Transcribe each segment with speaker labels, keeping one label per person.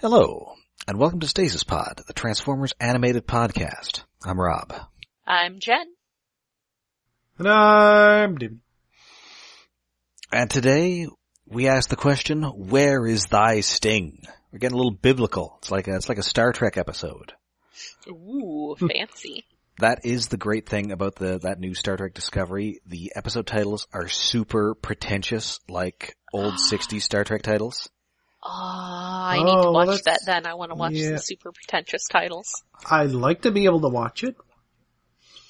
Speaker 1: Hello, and welcome to Stasis Pod, the Transformers animated podcast. I'm Rob.
Speaker 2: I'm Jen.
Speaker 3: And I'm David.
Speaker 1: And today we ask the question, where is thy sting? We're getting a little biblical. It's like a, it's like a Star Trek episode.
Speaker 2: Ooh, fancy.
Speaker 1: That is the great thing about the, that new Star Trek Discovery. The episode titles are super pretentious, like old 60s Star Trek titles.
Speaker 2: Oh, I need to
Speaker 3: Oh, well,
Speaker 2: watch that
Speaker 3: that's-
Speaker 2: then. I want to watch
Speaker 3: yeah.
Speaker 2: the super pretentious titles.
Speaker 3: I'd like to be able to watch it.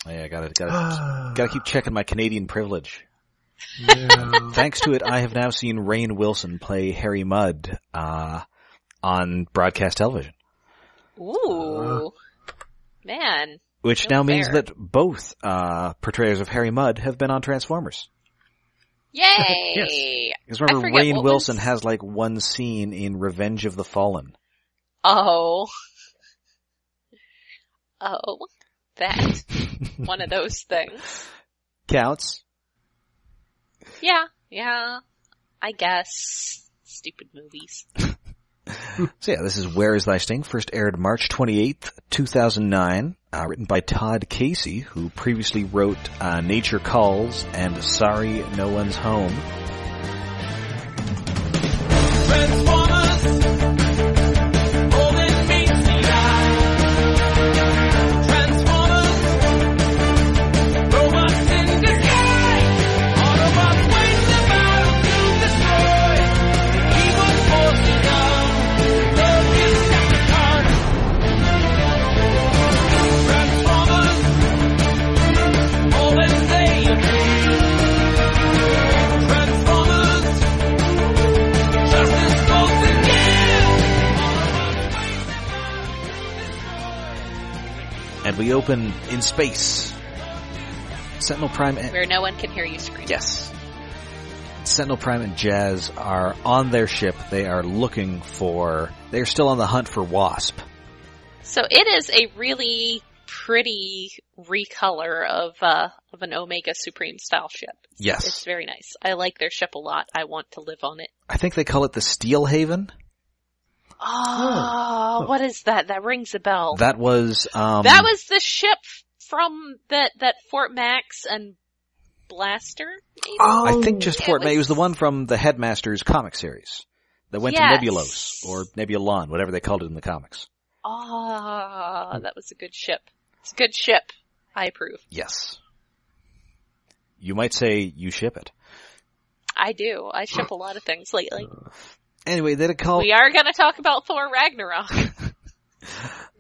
Speaker 1: Yeah, I gotta, gotta,
Speaker 3: Ah,
Speaker 1: gotta keep checking my Canadian privilege.
Speaker 3: no.
Speaker 1: Thanks to it, I have now seen Rain Wilson play Harry Mudd, uh, on broadcast television.
Speaker 3: Uh-huh.
Speaker 2: Ooh. Man.
Speaker 1: Which
Speaker 2: No
Speaker 1: now means
Speaker 2: fair.
Speaker 1: that both uh, portrayers of Harry Mudd have been on Transformers.
Speaker 2: Yay!
Speaker 1: Because remember,
Speaker 2: forget
Speaker 1: Rain
Speaker 2: what
Speaker 1: Wilson
Speaker 2: was-
Speaker 1: has like one scene in Revenge of the Fallen.
Speaker 2: Oh. Oh. That. One of those things.
Speaker 1: Counts.
Speaker 2: Yeah. Yeah. I guess. Stupid movies.
Speaker 1: So yeah, this is Where Is Thy Sting? First aired March 28th, 2009. Uh, written by Todd Casey, who previously wrote uh, Nature Calls and Sorry No One's Home.
Speaker 4: Transformers, all that meets the eye. Transformers, robots in disguise. Autobots wage the battle to destroy the evil forces of the Decepticons. Transformers, all that they agree. Transformers. Justice goes again.
Speaker 1: And we open in space. Sentinel Prime eh, and-
Speaker 2: Where no one can hear you scream.
Speaker 1: Yes. Sentinel Prime and Jazz are on their ship. They are looking for. They're still on the hunt for Wasp.
Speaker 2: So it is a really pretty recolor of uh of an Omega Supreme style ship.
Speaker 1: Yes.
Speaker 2: It's very nice. I like their ship a lot. I want to live on it.
Speaker 1: I think they call it the Steel Haven.
Speaker 2: Oh,
Speaker 3: Oh.
Speaker 2: what is that? That rings a bell.
Speaker 1: That was. Um,
Speaker 2: Oh. That was the ship from that that Fort Max and Blaster. Maybe?
Speaker 3: Oh,
Speaker 1: I think just
Speaker 2: it
Speaker 1: Fort May. It
Speaker 2: was-
Speaker 1: was the one from the Headmaster's comic series that went
Speaker 2: Yes.
Speaker 1: to Nebulos or Nebulon, whatever they called it in the comics.
Speaker 2: Ah, that was a good ship. It's a good ship. I approve.
Speaker 1: Yes. You might say you ship it.
Speaker 2: I do. I ship a lot of things lately.
Speaker 1: Anyway, they had a call.
Speaker 2: We are going to talk about Thor Ragnarok.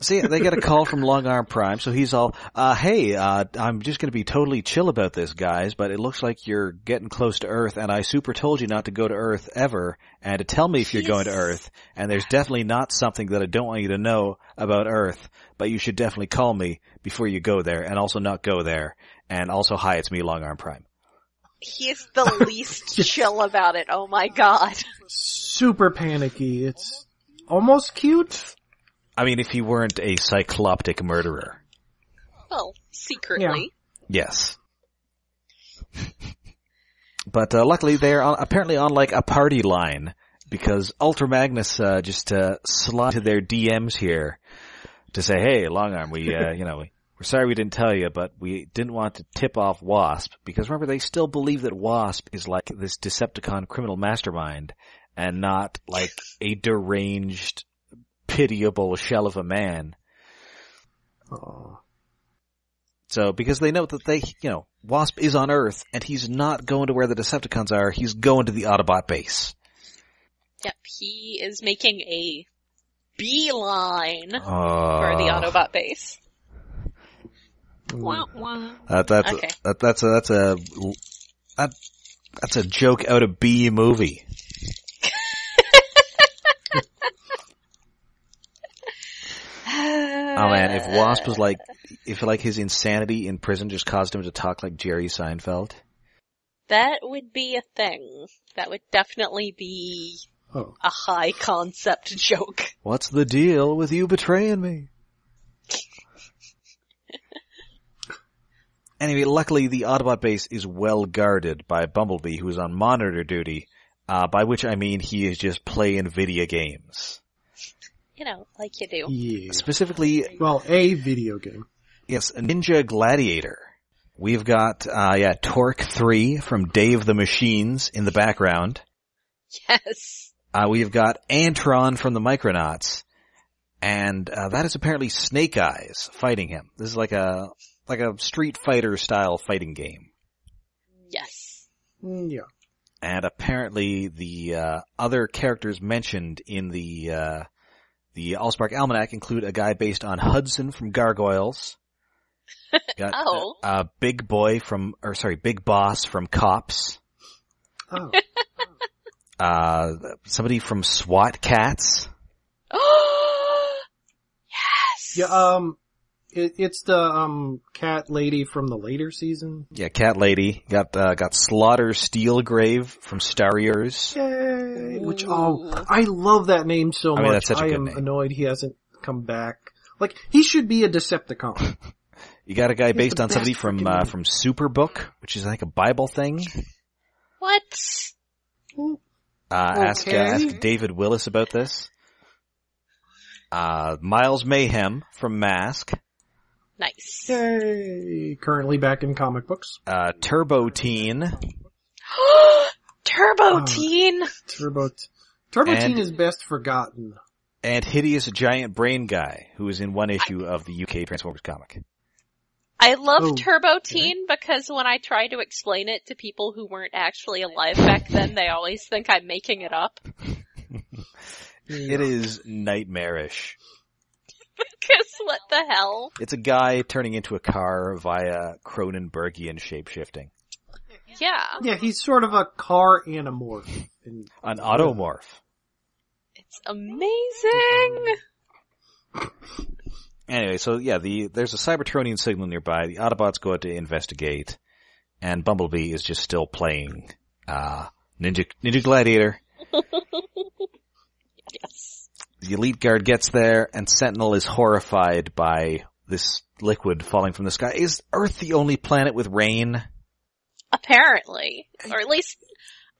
Speaker 1: See, they get a call from Long Arm Prime, so he's all, uh, hey, uh, I'm just gonna be totally chill about this, guys, but it looks like you're getting close to Earth, and I super told you not to go to Earth ever, and to tell me if you're going to
Speaker 2: Jeez.
Speaker 1: Earth, and there's definitely not something that I don't want you to know about Earth, but you should definitely call me before you go there, and also not go there, and also, hi, it's me, Long Arm Prime.
Speaker 2: He's the least chill about it. Oh my god.
Speaker 3: super panicky. It's almost cute.
Speaker 1: I mean, if he weren't a cycloptic murderer.
Speaker 2: Well, secretly.
Speaker 1: Yes. but uh, luckily they're on, apparently on like a party line because Ultra Magnus uh, just uh, slotted their DMs here to say, "Hey, Long Arm, we uh, you know we, we're sorry we didn't tell you, but we didn't want to tip off Wasp because remember they still believe that Wasp is like this Decepticon criminal mastermind and not like a deranged, pitiable shell of a man."
Speaker 3: Oh,
Speaker 1: So, because they know that they, you know, Wasp is on Earth, and he's not going to where the Decepticons are, he's going to the Autobot base.
Speaker 2: Yep, he is making a beeline for
Speaker 1: For
Speaker 2: the Autobot base. Wah, wah.
Speaker 1: That, that's,
Speaker 2: Okay.
Speaker 1: that, that's a, that's a, that, that's a joke out of B movie.
Speaker 2: Uh,
Speaker 1: Oh man, if Wasp was like, if like his insanity in prison just caused him to talk like Jerry Seinfeld.
Speaker 2: That would be a thing. That would definitely be
Speaker 3: oh.
Speaker 2: a high concept joke.
Speaker 1: What's the deal with you betraying me? anyway, luckily the Autobot base is well guarded by Bumblebee, who is on monitor duty, uh, by which I mean he is just playing video games.
Speaker 2: you know, like you do.
Speaker 3: Yeah.
Speaker 1: Specifically,
Speaker 3: Well, a video game.
Speaker 1: Yes, Ninja Gladiator. We've got uh yeah, Torque 3 from Dave the Machines in the background.
Speaker 2: Yes.
Speaker 1: Uh we've got Antron from the Micronauts. And uh, that is apparently Snake Eyes fighting him. This is like a like a Street Fighter style fighting game.
Speaker 2: Yes.
Speaker 3: Mm, Yeah.
Speaker 1: And apparently the uh, other characters mentioned in the uh the Allspark Almanac include a guy based on Hudson from Gargoyles. Got, uh,
Speaker 2: Oh.
Speaker 1: uh, Big Boy from, or sorry, Big Boss from Cops.
Speaker 3: Oh.
Speaker 1: Uh, somebody from SWAT Cats.
Speaker 2: Oh. yes.
Speaker 3: Yeah, um, it, it's the, um, cat lady from the later season.
Speaker 1: Yeah, Cat Lady. Got, uh, got Slaughter Steelgrave from Starriers.
Speaker 3: Yay! Which,
Speaker 2: Ooh.
Speaker 3: oh, I love that name so
Speaker 1: I mean,
Speaker 3: much.
Speaker 1: that's such a
Speaker 3: I
Speaker 1: good
Speaker 3: am
Speaker 1: name.
Speaker 3: annoyed he hasn't come back. Like, he should be a Decepticon.
Speaker 1: You got a guy
Speaker 3: It's
Speaker 1: based
Speaker 3: the
Speaker 1: on somebody
Speaker 3: best
Speaker 1: from,
Speaker 3: freaking
Speaker 1: uh,
Speaker 3: name.
Speaker 1: from Superbook, which is I think a Bible thing.
Speaker 2: What?
Speaker 1: Uh, ask, uh,
Speaker 3: Okay.
Speaker 1: ask David Willis about this. Uh, Miles Mayhem from Mask.
Speaker 2: Nice.
Speaker 3: Yay! Currently back in comic books.
Speaker 1: Uh, Turbo Teen.
Speaker 2: Turbo
Speaker 3: Oh.
Speaker 2: Teen.
Speaker 3: Turbo, Turbo
Speaker 1: And-
Speaker 3: Teen is best forgotten.
Speaker 1: And Hideous Giant Brain Guy, who is in one issue of the UK Transformers comic.
Speaker 2: I love
Speaker 3: Oh,
Speaker 2: Turbo Teen because when I try to explain it to people who weren't actually alive back then, they always think I'm making it up.
Speaker 1: It is nightmarish.
Speaker 2: Because what the hell?
Speaker 1: It's a guy turning into a car via Cronenbergian shapeshifting.
Speaker 2: Yeah.
Speaker 3: Yeah, he's sort of a car animorph. And
Speaker 1: An automorph.
Speaker 2: It's amazing.
Speaker 1: Anyway, so yeah, the there's a Cybertronian signal nearby. The Autobots go out to investigate, and Bumblebee is just still playing uh, Ninja Ninja Gladiator.
Speaker 2: Yes.
Speaker 1: The elite guard gets there, and Sentinel is horrified by this liquid falling from the sky. Is Earth the only planet with rain?
Speaker 2: Apparently. Or at least,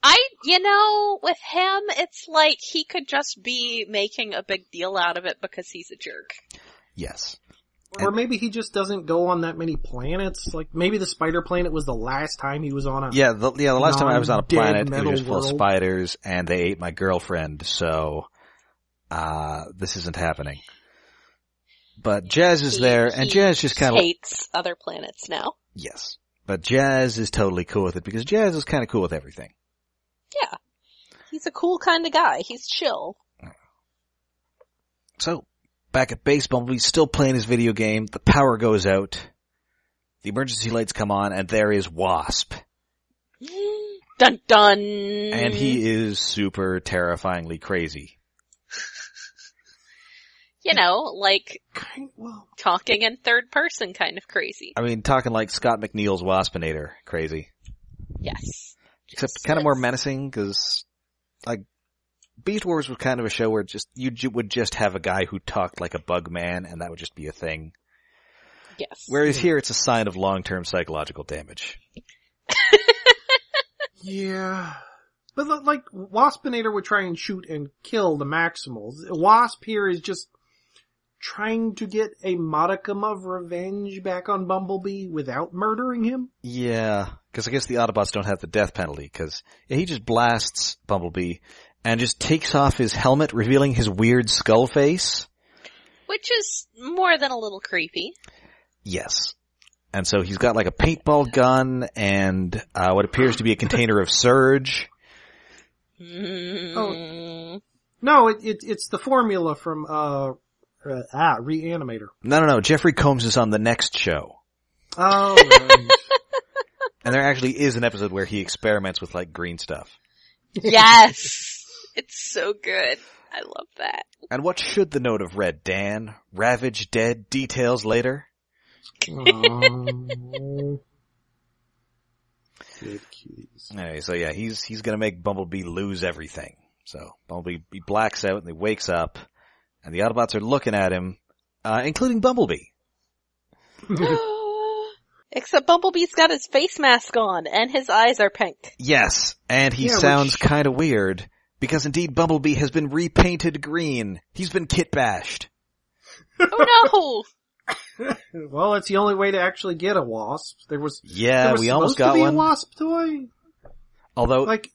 Speaker 2: I, you know, with him, it's like he could just be making a big deal out of it because he's a jerk.
Speaker 1: Yes.
Speaker 3: Or maybe he just doesn't go on that many planets. Like maybe the spider planet was the last time he was on a.
Speaker 1: Yeah, the, yeah. The last time I was on a
Speaker 3: Non-dead
Speaker 1: planet, it
Speaker 3: metal
Speaker 1: was just full of
Speaker 3: world.
Speaker 1: spiders, and they ate my girlfriend. So, uh, this isn't happening. But Jazz is
Speaker 2: He-
Speaker 1: there, and
Speaker 2: he
Speaker 1: Jazz just kind of
Speaker 2: hates other planets now.
Speaker 1: yes. But Jazz is totally cool with it because Jazz is kind of cool with everything.
Speaker 2: He's a cool kind of guy. He's chill.
Speaker 1: So, back at base, Bumblebee's still playing his video game. The power goes out. The emergency lights come on, and there is Wasp,
Speaker 2: Dun dun.
Speaker 1: and
Speaker 2: Mm-hmm.
Speaker 1: he is super terrifyingly crazy.
Speaker 2: you know, like
Speaker 3: Kind- well,
Speaker 2: talking in third person kind of crazy.
Speaker 1: I mean, talking like Scott McNeil's Waspinator, crazy.
Speaker 2: Yes.
Speaker 1: except
Speaker 2: Yes,
Speaker 1: kind of more
Speaker 2: yes.
Speaker 1: menacing because like Beast Wars was kind of a show where just you ju- would just have a guy who talked like a bug man and that would just be a thing.
Speaker 2: Yes.
Speaker 1: Whereas here it's a sign of long-term psychological damage.
Speaker 3: yeah. But li- like Waspinator would try and shoot and kill the Maximals. Wasp here is just trying to get a modicum of revenge back on Bumblebee without murdering him.
Speaker 1: Yeah, because I guess the Autobots don't have the death penalty because he just blasts Bumblebee and just takes off his helmet revealing his weird skull face.
Speaker 2: Which is more than a little creepy.
Speaker 1: Yes. And so he's got like a paintball gun and uh, what appears to be a container of surge.
Speaker 2: Mm.
Speaker 3: No, it, it it's the formula from uh, uh ah Reanimator.
Speaker 1: No, no, no. Jeffrey Combs is on the next show.
Speaker 3: Oh, right.
Speaker 1: And there actually is an episode where he experiments with like green stuff.
Speaker 2: yes. It's so good. I love that.
Speaker 1: And what should the note have read, Dan? Ravage dead details later?
Speaker 3: Um, good cuties.
Speaker 1: Anyway, so yeah, he's, he's gonna make Bumblebee lose everything. So Bumblebee he blacks out and he wakes up and the Autobots are looking at him, uh, including Bumblebee.
Speaker 2: Except Bumblebee's got his face mask on and his eyes are pink.
Speaker 1: Yes. And he
Speaker 3: Yeah,
Speaker 1: sounds
Speaker 3: which-
Speaker 1: kinda weird, Because indeed Bumblebee has been repainted green. He's been kit bashed.
Speaker 2: Oh
Speaker 3: Well, it's the only way to actually get a wasp. There was, there
Speaker 1: Yeah,
Speaker 3: was
Speaker 1: we almost
Speaker 3: supposed to
Speaker 1: got
Speaker 3: be
Speaker 1: one.
Speaker 3: a wasp toy.
Speaker 1: Although,
Speaker 3: Like,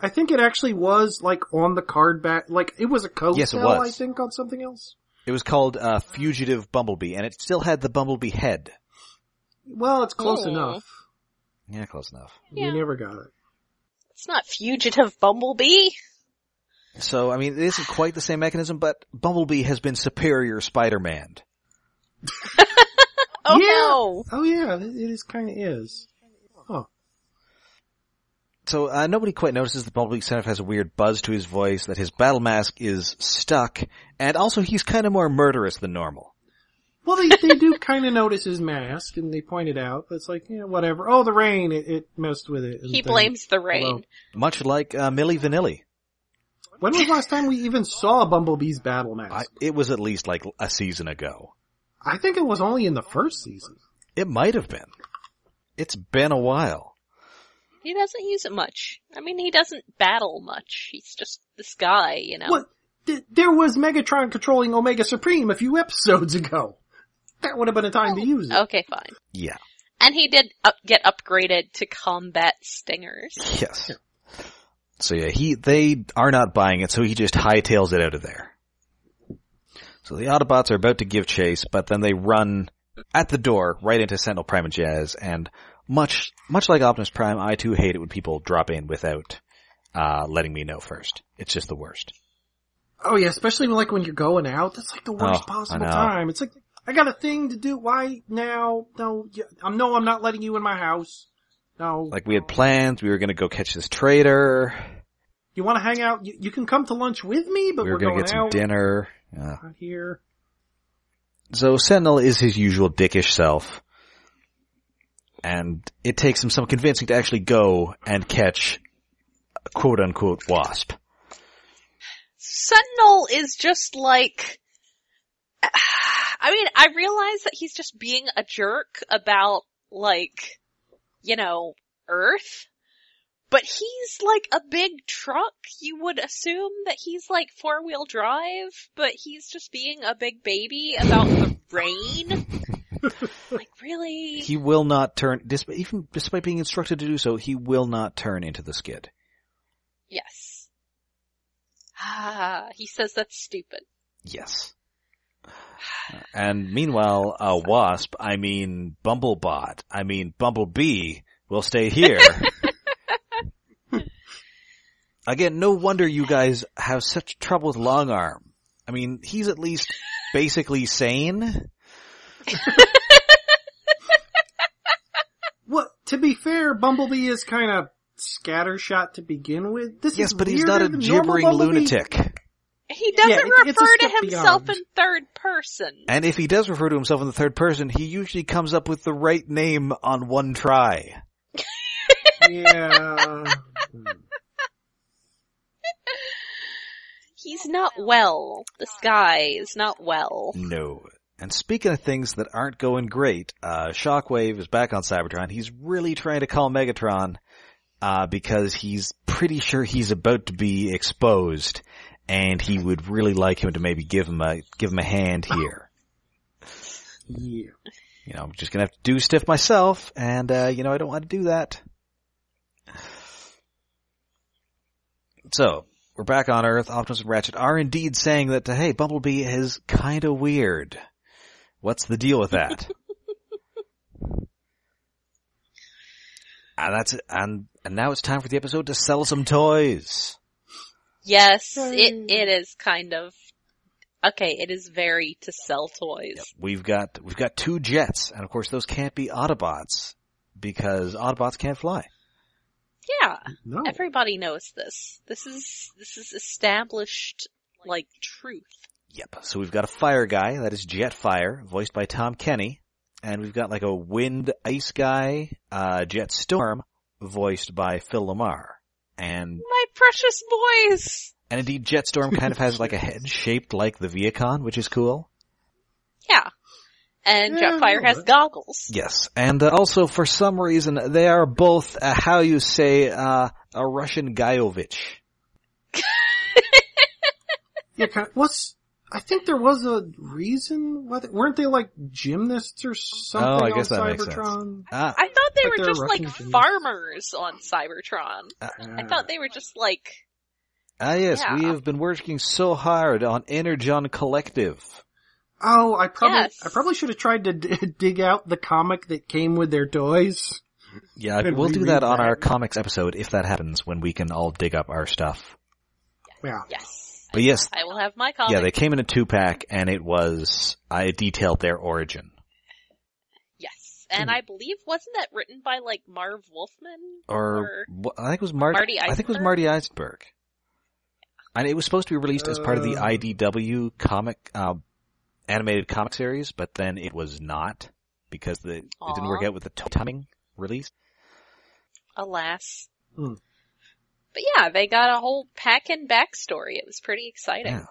Speaker 3: I think it actually was like on the card back. Like it was a code
Speaker 1: Yes, it
Speaker 3: cell,
Speaker 1: was.
Speaker 3: I think, on something else.
Speaker 1: it was called, uh, Fugitive Bumblebee, and it still had the Bumblebee head.
Speaker 3: Well, it's close
Speaker 2: Oh.
Speaker 3: enough.
Speaker 1: Yeah, close enough.
Speaker 2: Yeah.
Speaker 3: You never got it.
Speaker 2: no! It's not fugitive bumblebee.
Speaker 1: So, I mean, it isn't quite the same mechanism, but Bumblebee has been superior Spider-Man.
Speaker 2: Oh
Speaker 3: Yeah.
Speaker 2: no!
Speaker 3: Oh yeah, it it is kind of is.
Speaker 1: So, uh, nobody quite notices that Bumblebee kind of has a weird buzz to his voice, that his battle mask is stuck, and also he's kind of more murderous than normal.
Speaker 3: Well, they they do kind of notice his mask, and they point it out. But it's like, yeah, whatever. Oh, the rain, it, it messed with it. and
Speaker 2: He
Speaker 3: thing.
Speaker 2: blames the rain.
Speaker 3: Hello.
Speaker 1: Much like, uh, Milli Vanilli.
Speaker 3: When was the last time we even saw Bumblebee's battle mask?
Speaker 1: I, it was at least like a season ago.
Speaker 3: I think it was only in the first season.
Speaker 1: It might have been. It's been a while.
Speaker 2: He doesn't use it much. I mean, he doesn't battle much. He's just this guy, you know.
Speaker 3: What? Th- there was Megatron controlling Omega Supreme a few episodes ago. That would have been a time to use it.
Speaker 2: Okay, fine.
Speaker 1: Yeah.
Speaker 2: And he did up, get upgraded to combat stingers.
Speaker 1: Yes. So yeah, he they are not buying it, so he just hightails it out of there. So the Autobots are about to give chase, but then they run at the door right into Sentinel Prime and Jazz, and much much like Optimus Prime, I too hate it when people drop in without uh letting me know first. It's just the worst.
Speaker 3: Oh yeah, especially like when you're going out. That's like the worst
Speaker 1: Oh, I
Speaker 3: possible
Speaker 1: know.
Speaker 3: time. It's like I got a thing to do. Why now? No, y- I'm no. I'm not letting you in my house. No.
Speaker 1: Like we had plans, we were gonna go catch this traitor,
Speaker 3: you want to hang out? You, you can come to lunch with me, but
Speaker 1: we
Speaker 3: are
Speaker 1: were gonna
Speaker 3: going
Speaker 1: get some
Speaker 3: out.
Speaker 1: dinner. uh, Yeah.
Speaker 3: Not here.
Speaker 1: So Sentinel is his usual dickish self. And it takes him some convincing to actually go and catch a quote unquote wasp.
Speaker 2: Sentinel is just like, I mean, I realize that he's just being a jerk about, like, you know, Earth. But he's like a big truck. You would assume that he's like four wheel drive, but he's just being a big baby about the rain. like really?
Speaker 1: He will not turn, dis- even despite being instructed to do so, he will not turn into the skid.
Speaker 2: Yes. Ah, he says that's stupid.
Speaker 1: Yes. And meanwhile, a wasp, I mean Bumblebot, I mean Bumblebee, will stay here. Again, no wonder you guys have such trouble with Longarm. I mean, he's at least basically sane.
Speaker 3: What? To be fair, Bumblebee is kind of scattershot to begin with. This
Speaker 1: Yes,
Speaker 3: is
Speaker 1: but he's not
Speaker 3: weirder
Speaker 1: a
Speaker 3: than normal
Speaker 1: gibbering
Speaker 3: Bumblebee.
Speaker 1: lunatic.
Speaker 2: He doesn't
Speaker 3: it- it's a
Speaker 2: refer to
Speaker 3: step
Speaker 2: himself
Speaker 3: beyond.
Speaker 2: in third person.
Speaker 1: And if he does refer to himself in the third person, he usually comes up with the right name on one try.
Speaker 3: Yeah.
Speaker 2: He's not well. This guy is not well.
Speaker 1: No. And speaking of things that aren't going great, uh, Shockwave is back on Cybertron. He's really trying to call Megatron, uh, because he's pretty sure he's about to be exposed and he would really like him to maybe give him a, give him a hand here.
Speaker 3: yeah.
Speaker 1: You know, I'm just gonna have to do stuff myself and, uh, you know, I don't want to do that. So, we're back on Earth. Optimus and Ratchet are indeed saying that, uh, hey, Bumblebee is kinda weird. What's the deal with that? and Ah, that's it. And, and now it's time for the episode to sell some toys.
Speaker 2: Yes, it it is kind of okay. It is very to sell toys.
Speaker 1: We've got, we've got two jets, and of course those can't be Autobots, because Autobots can't fly.
Speaker 2: Yeah,
Speaker 3: No.
Speaker 2: everybody knows this. This is this is established like truth.
Speaker 1: Yep. So we've got a fire guy, that is Jetfire, voiced by Tom Kenny. And we've got like a wind ice guy, uh, Jet Storm, voiced by Phil Lamar. And,
Speaker 2: My precious boys.
Speaker 1: and indeed Jet Storm kind of has like a head shaped like the Viacon, which is cool.
Speaker 2: Yeah, and
Speaker 3: Yeah,
Speaker 2: Jetfire has
Speaker 3: alright.
Speaker 2: goggles.
Speaker 1: Yes. And uh, also for some reason, they are both, uh, how you say, uh, a Russian Gaiovich.
Speaker 3: Yeah, kind of, what's, I think there was a reason why they, weren't they like gymnasts or something
Speaker 1: Oh, I
Speaker 3: on
Speaker 1: guess that makes sense.
Speaker 3: Cybertron?
Speaker 1: Ah,
Speaker 2: I thought they
Speaker 3: Like
Speaker 2: were
Speaker 3: they're
Speaker 2: just like
Speaker 3: Russian geniuses.
Speaker 2: farmers on Cybertron. I
Speaker 3: Ah.
Speaker 2: thought they were just like,
Speaker 1: ah yes, we
Speaker 2: Yeah.
Speaker 1: have been working so hard on Energon Collective.
Speaker 3: Oh, I probably
Speaker 2: Yes.
Speaker 3: I probably should have tried to d- dig out the comic that came with their toys.
Speaker 1: Yeah,
Speaker 3: Then
Speaker 1: we'll do
Speaker 3: reread
Speaker 1: that on
Speaker 3: that.
Speaker 1: our comics episode if that happens when we can all dig up our stuff.
Speaker 3: Yeah.
Speaker 2: yes,
Speaker 1: But yes,
Speaker 2: I will have my comic.
Speaker 1: yeah, they came in a two pack and it was, I detailed their origin.
Speaker 2: yes.
Speaker 3: Hmm.
Speaker 2: And I believe, wasn't that written by like Marv Wolfman?
Speaker 1: Or, wha- I think it was Mar-
Speaker 2: Marty
Speaker 1: I think it was
Speaker 2: Eisenberg?
Speaker 1: Marty Eisenberg. And it was supposed to be released as part of the
Speaker 3: Uh.
Speaker 1: IDW comic, uh, animated comic series, but then it was not because the, it didn't work
Speaker 2: Aw.
Speaker 1: out with the t- timing release.
Speaker 2: Alas.
Speaker 3: Hmm.
Speaker 2: But yeah, they got a whole pack and backstory. It was pretty exciting.
Speaker 1: Yeah.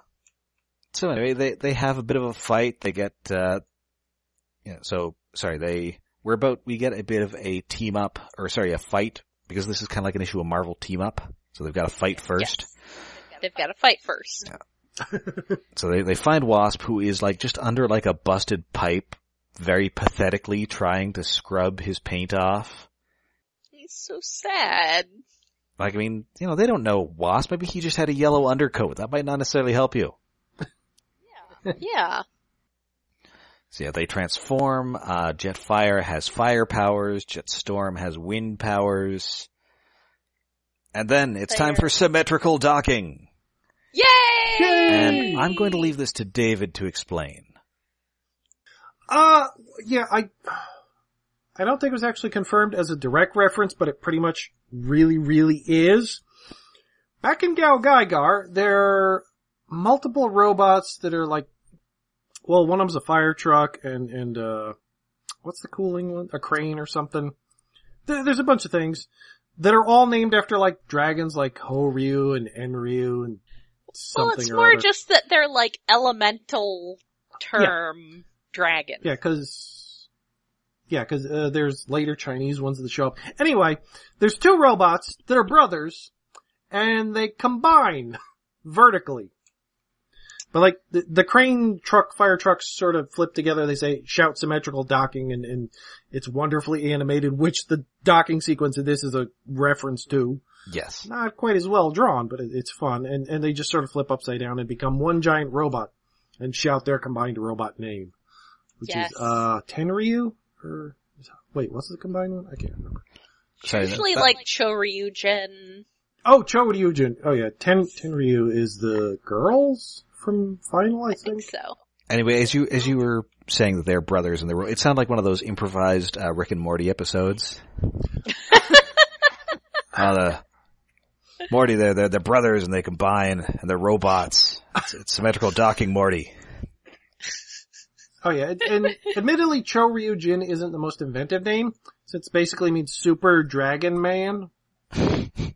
Speaker 1: So anyway, they, they have a bit of a fight. They get, uh, yeah, so, sorry, they, we're about, we get a bit of a team up, or sorry, a fight, because this is kind of like an issue of Marvel team up. So they've got to fight first.
Speaker 2: Yes. They've got to fight first.
Speaker 1: So they, they find Wasp who is like just under like a busted pipe, very pathetically trying to scrub his paint off.
Speaker 2: He's so sad.
Speaker 1: Like, I mean, you know, they don't know Wasp. Maybe he just had a yellow undercoat. That might not necessarily help you.
Speaker 2: Yeah.
Speaker 1: So yeah, they transform. Uh, Jetfire has fire powers. Jetstorm has wind powers. And then it's time
Speaker 2: Fair.
Speaker 1: for symmetrical docking.
Speaker 2: Yay!
Speaker 1: And I'm going to leave this to David to explain.
Speaker 3: Uh, yeah, I, I don't think it was actually confirmed as a direct reference, but it pretty much really, really is. Back in Gal Gaigar, there are multiple robots that are like, well, one of them's a fire truck and, and, uh, what's the cooling one? A crane or something. There, there's a bunch of things that are all named after like dragons like Horyu and Enryu and something
Speaker 2: Well, it's
Speaker 3: or
Speaker 2: more
Speaker 3: other.
Speaker 2: just that they're like elemental term dragons.
Speaker 3: Yeah, because yeah, because uh, there's later Chinese ones that show up. Anyway, there's two robots that are brothers, and they combine vertically. But like the, the crane truck, fire trucks sort of flip together. They say shout symmetrical docking, and, and it's wonderfully animated, which the docking sequence of this is a reference to.
Speaker 1: Yes.
Speaker 3: Not quite as well drawn, but it, it's fun, and and they just sort of flip upside down and become one giant robot, and shout their combined robot name which
Speaker 2: Yes.
Speaker 3: is uh Tenryu or wait, what's the combined one? I can't remember.
Speaker 1: Sorry, that-
Speaker 2: Usually
Speaker 1: that-
Speaker 2: like Choryugen.
Speaker 3: Oh, Choryujin. Oh yeah, Ten Tenryu is the girls from Final, I
Speaker 2: I think
Speaker 3: think.
Speaker 2: so.
Speaker 1: Anyway, as you as you were saying that they're brothers and they were, it sounded like one of those improvised uh, Rick and Morty episodes. uh, the, Morty, they're, they're they're brothers and they combine and they're robots. It's, it's symmetrical docking, Morty.
Speaker 3: Oh yeah, and, and admittedly, Choryujin isn't the most inventive name since it basically means Super Dragon Man.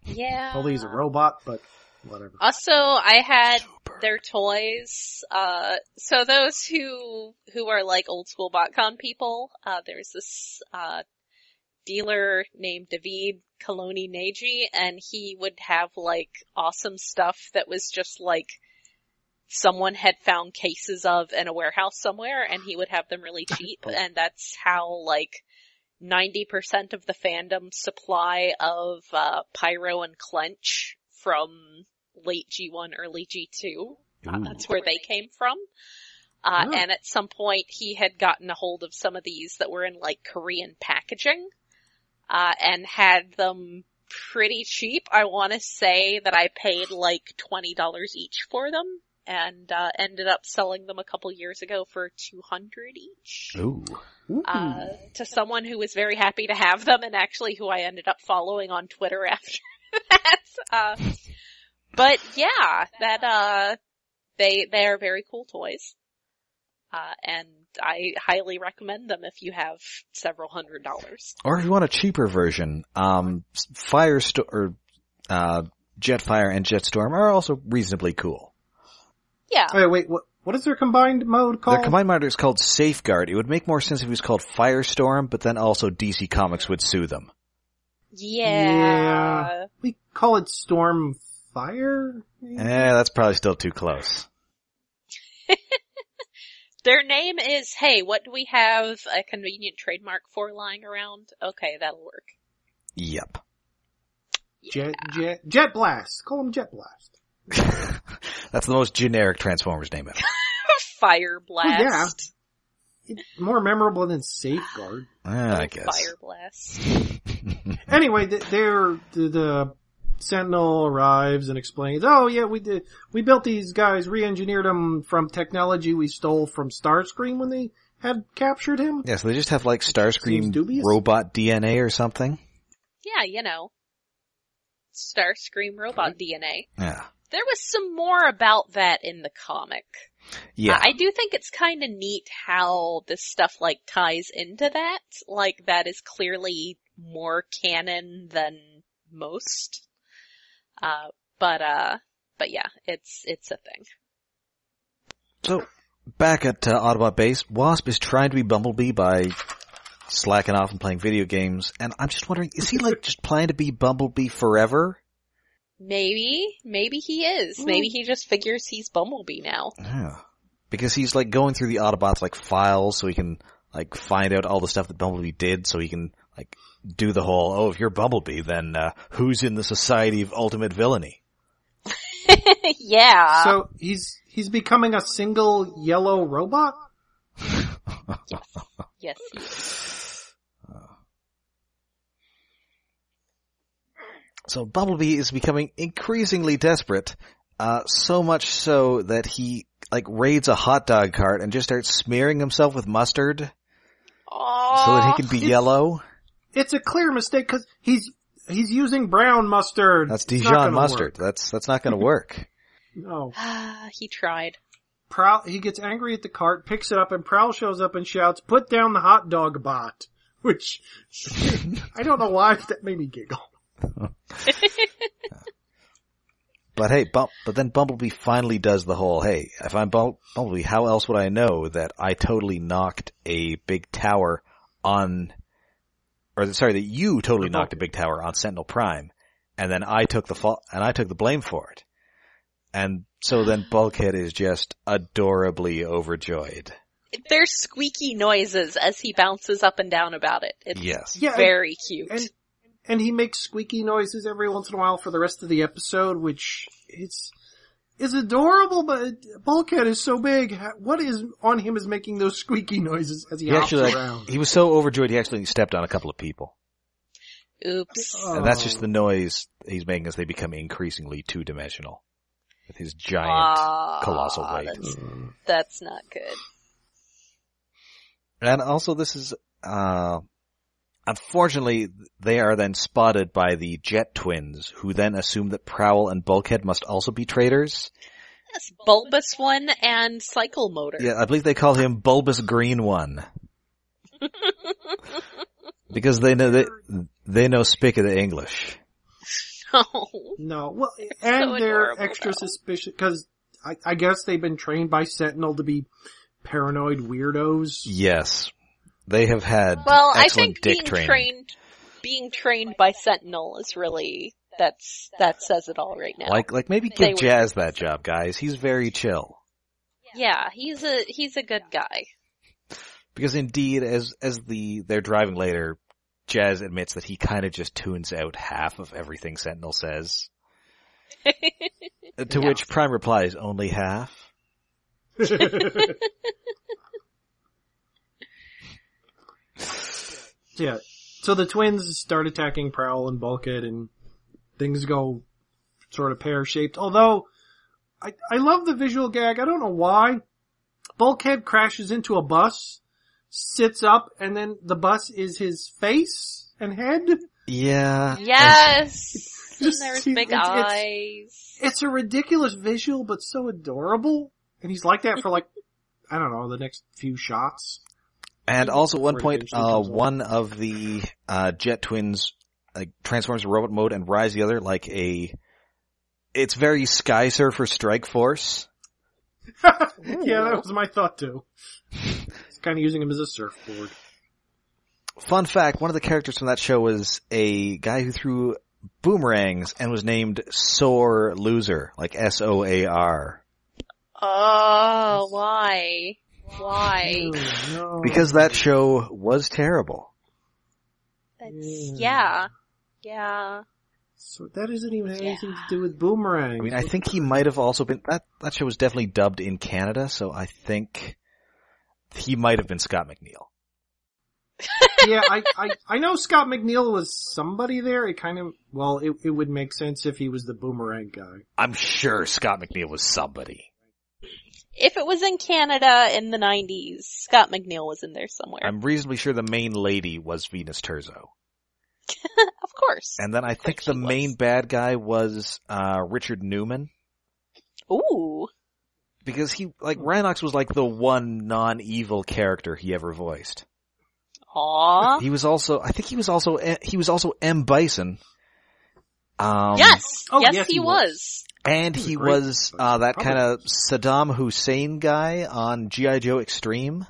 Speaker 2: Yeah.
Speaker 3: Although he's a robot, but whatever.
Speaker 2: Also, I had their toys. Uh, so those who who are like old school botcon people, uh, there's this uh, dealer named David Coloni Neji, and he would have like awesome stuff that was just like someone had found cases of in a warehouse somewhere, and he would have them really cheap, and that's how like. 90% of the fandom supply of, uh, Pyro and Clench from late G1, early G2. Uh,
Speaker 1: Ooh.
Speaker 2: That's where they came from. Uh,
Speaker 3: Oh.
Speaker 2: and at some point he had gotten a hold of some of these that were in like Korean packaging, uh, and had them pretty cheap. I want to say that I paid like $20 each for them and, uh, ended up selling them a couple years ago for 200 each
Speaker 1: Ooh.
Speaker 3: Ooh.
Speaker 2: uh, to someone who was very happy to have them and actually who I ended up following on Twitter after that. Uh, but yeah, that, uh, they, they are very cool toys. Uh, and I highly recommend them if you have several hundred dollars.
Speaker 1: Or if you want a cheaper version, um, Fire or uh, Jetfire and Jetstorm are also reasonably cool.
Speaker 2: Yeah.
Speaker 3: Oh, yeah, wait, what what is their combined mode called?
Speaker 1: Their combined monitor is called Safeguard. It would make more sense if it was called Firestorm, but then also DC Comics would sue them.
Speaker 2: Yeah.
Speaker 3: we call it Stormfire fire? maybe?
Speaker 1: Eh, that's probably still too close.
Speaker 2: Their name is, hey, what do we have a convenient trademark for lying around? Okay, that'll work.
Speaker 1: Yep.
Speaker 3: Jet, jet, jet blast. Call him jet blast.
Speaker 1: That's the most generic Transformers name ever.
Speaker 2: Fire blast.
Speaker 3: It's more memorable than safeguard.
Speaker 1: Eh, I guess.
Speaker 2: Fire blast.
Speaker 3: Anyway, th- there, the, the Sentinel arrives and explains, oh yeah, we did, we built these guys, re-engineered them from technology we stole from Starscream when they had captured him.
Speaker 1: Yeah, so they just have like
Speaker 3: Seems
Speaker 1: Starscream
Speaker 3: dubious.
Speaker 1: robot DNA or something.
Speaker 2: Yeah, you know. Starscream robot DNA.
Speaker 1: Yeah.
Speaker 2: There was some more about that in the comic.
Speaker 1: Yeah.
Speaker 2: I I do think it's kind of neat how this stuff like ties into that. Like that is clearly more canon than most. Uh, but uh, but yeah, it's it's a thing.
Speaker 1: So, back at uh, Autobot base, Wasp is trying to be Bumblebee by slacking off and playing video games, and I'm just wondering, is he like just planning to be Bumblebee forever?
Speaker 2: Maybe, maybe he is. Maybe he just figures he's Bumblebee now.
Speaker 1: Yeah. Because he's like going through the Autobots like files so he can like find out all the stuff that Bumblebee did so he can like do the whole, oh, if you're Bumblebee, then uh, who's in the Society of Ultimate Villainy?
Speaker 2: yeah.
Speaker 3: so he's, he's becoming a single yellow robot?
Speaker 2: yes. he is.
Speaker 1: So Bumblebee is becoming increasingly desperate, uh, so much so that he like raids a hot dog cart and just starts smearing himself with mustard. so that
Speaker 2: Aw.
Speaker 1: he can be yellow.
Speaker 3: It's a clear mistake because he's, he's using brown mustard.
Speaker 1: That's
Speaker 3: It's not
Speaker 1: Dijon
Speaker 3: gonna
Speaker 1: mustard.
Speaker 3: work.
Speaker 1: That's that's not going to work.
Speaker 3: No.
Speaker 2: Ah, he tried.
Speaker 3: Prowl, he gets angry at the cart, picks it up, and Prowl shows up and shouts, put down the hot dog bot. Which, I don't know why, but that made me giggle.
Speaker 1: but hey, Bum- but then Bumblebee finally does the whole. Hey, if I'm Bum- Bumblebee, how else would I know that I totally knocked a big tower on, or sorry, that you totally knocked a big tower on Sentinel Prime, and then I took the fault and I took the blame for it. And so then Bulkhead is just adorably overjoyed.
Speaker 2: There's squeaky noises as he bounces up and down about it. It's
Speaker 1: Yes.
Speaker 3: Yeah, and-
Speaker 2: very cute.
Speaker 3: and and he makes squeaky noises every once in a while for the rest of the episode, which it's is adorable. But Bulkhead is so big. What is on him is making those squeaky noises as he,
Speaker 1: He
Speaker 3: hops
Speaker 1: actually, like,
Speaker 3: around.
Speaker 1: he was so overjoyed he actually stepped on a couple of people.
Speaker 2: Oops.
Speaker 1: And that's
Speaker 2: Um,
Speaker 1: just the
Speaker 3: Oh.
Speaker 1: noise he's making as they become increasingly two dimensional. With his giant
Speaker 2: Aw,
Speaker 1: colossal weight.
Speaker 2: Ah, That's, that's not good.
Speaker 1: And also this is, uh, unfortunately they are then spotted by the Jet Twins who then assume that Prowl and Bulkhead must also be traitors.
Speaker 2: Yes, bulbous one and cycle motor.
Speaker 1: Yeah, I believe they call him Bulbous Green One. because they know that, they know Spick of the English.
Speaker 2: Oh,
Speaker 3: No, well, and
Speaker 2: so
Speaker 3: they're
Speaker 2: adorable,
Speaker 3: extra
Speaker 2: though.
Speaker 3: suspicious because I, I guess they've been trained by Sentinel to be paranoid weirdos.
Speaker 1: Yes. They have had
Speaker 2: well, I
Speaker 1: excellent
Speaker 2: think
Speaker 1: dick
Speaker 2: being
Speaker 1: training.
Speaker 2: trained, being trained by Sentinel is really that's that says it all right now.
Speaker 1: Like, like maybe give
Speaker 2: They were-
Speaker 1: Jazz that job, guys. He's very chill.
Speaker 2: yeah, he's a he's a good guy.
Speaker 1: Because indeed, as as the they're driving later, Jazz admits that he kind of just tunes out half of everything Sentinel says. Uh, to
Speaker 2: Yeah.
Speaker 1: which Prime replies, "Only half."
Speaker 3: yeah. So the twins start attacking Prowl and Bulkhead and things go sort of pear shaped. Although I I love the visual gag. I don't know why. Bulkhead crashes into a bus, sits up, and then the bus is his face and head.
Speaker 1: Yeah.
Speaker 2: Yes, and
Speaker 3: Just
Speaker 2: there's
Speaker 3: see-
Speaker 2: big
Speaker 3: Uh, it's- it's-
Speaker 2: eyes.
Speaker 3: It's a ridiculous visual, but so adorable. And he's like that for like, I don't know, the next few shots.
Speaker 1: And also, at one
Speaker 3: Where
Speaker 1: point,
Speaker 3: it eventually
Speaker 1: uh,
Speaker 3: comes
Speaker 1: one of the uh, Jet Twins like transforms to robot mode and rides the other like a. It's very Sky Surfer Strike Force.
Speaker 3: yeah, that was my thought too. It's kind of using him as a surfboard.
Speaker 1: Fun fact, one of the characters from that show was a guy who threw boomerangs and was named Sore Loser, like S-O-A-R.
Speaker 2: Oh, why? Why?
Speaker 3: Oh, no.
Speaker 1: Because that show was terrible.
Speaker 2: That's, yeah. Yeah.
Speaker 3: So that doesn't even have anything to do with boomerang.
Speaker 1: I mean, I think he might have also been, that, that show was definitely dubbed in Canada, so I think he might have been Scott McNeil.
Speaker 3: yeah, I, I, I know Scott McNeil was somebody there. It kind of, well, it, it would make sense if he was the boomerang guy.
Speaker 1: I'm sure Scott McNeil was somebody.
Speaker 2: If it was in Canada in the 90s, Scott McNeil was in there somewhere.
Speaker 1: I'm reasonably sure the main lady was Venus Terzo.
Speaker 2: of course.
Speaker 1: And then I think
Speaker 2: she
Speaker 1: the
Speaker 2: was.
Speaker 1: main bad guy was, uh, Richard Newman.
Speaker 2: Ooh.
Speaker 1: Because he, like, Rhinox was like the one non-evil character he ever voiced.
Speaker 2: Aw.
Speaker 1: He was also, I think he was also, eh, he was also M. Bison. Um,
Speaker 2: yes.
Speaker 3: oh,
Speaker 2: yes,
Speaker 3: yes,
Speaker 2: he,
Speaker 3: he
Speaker 2: was.
Speaker 1: And
Speaker 3: He was
Speaker 1: he
Speaker 3: great.
Speaker 1: was, uh, that
Speaker 3: Probably.
Speaker 1: kind of Saddam Hussein guy on G.I. Joe Extreme.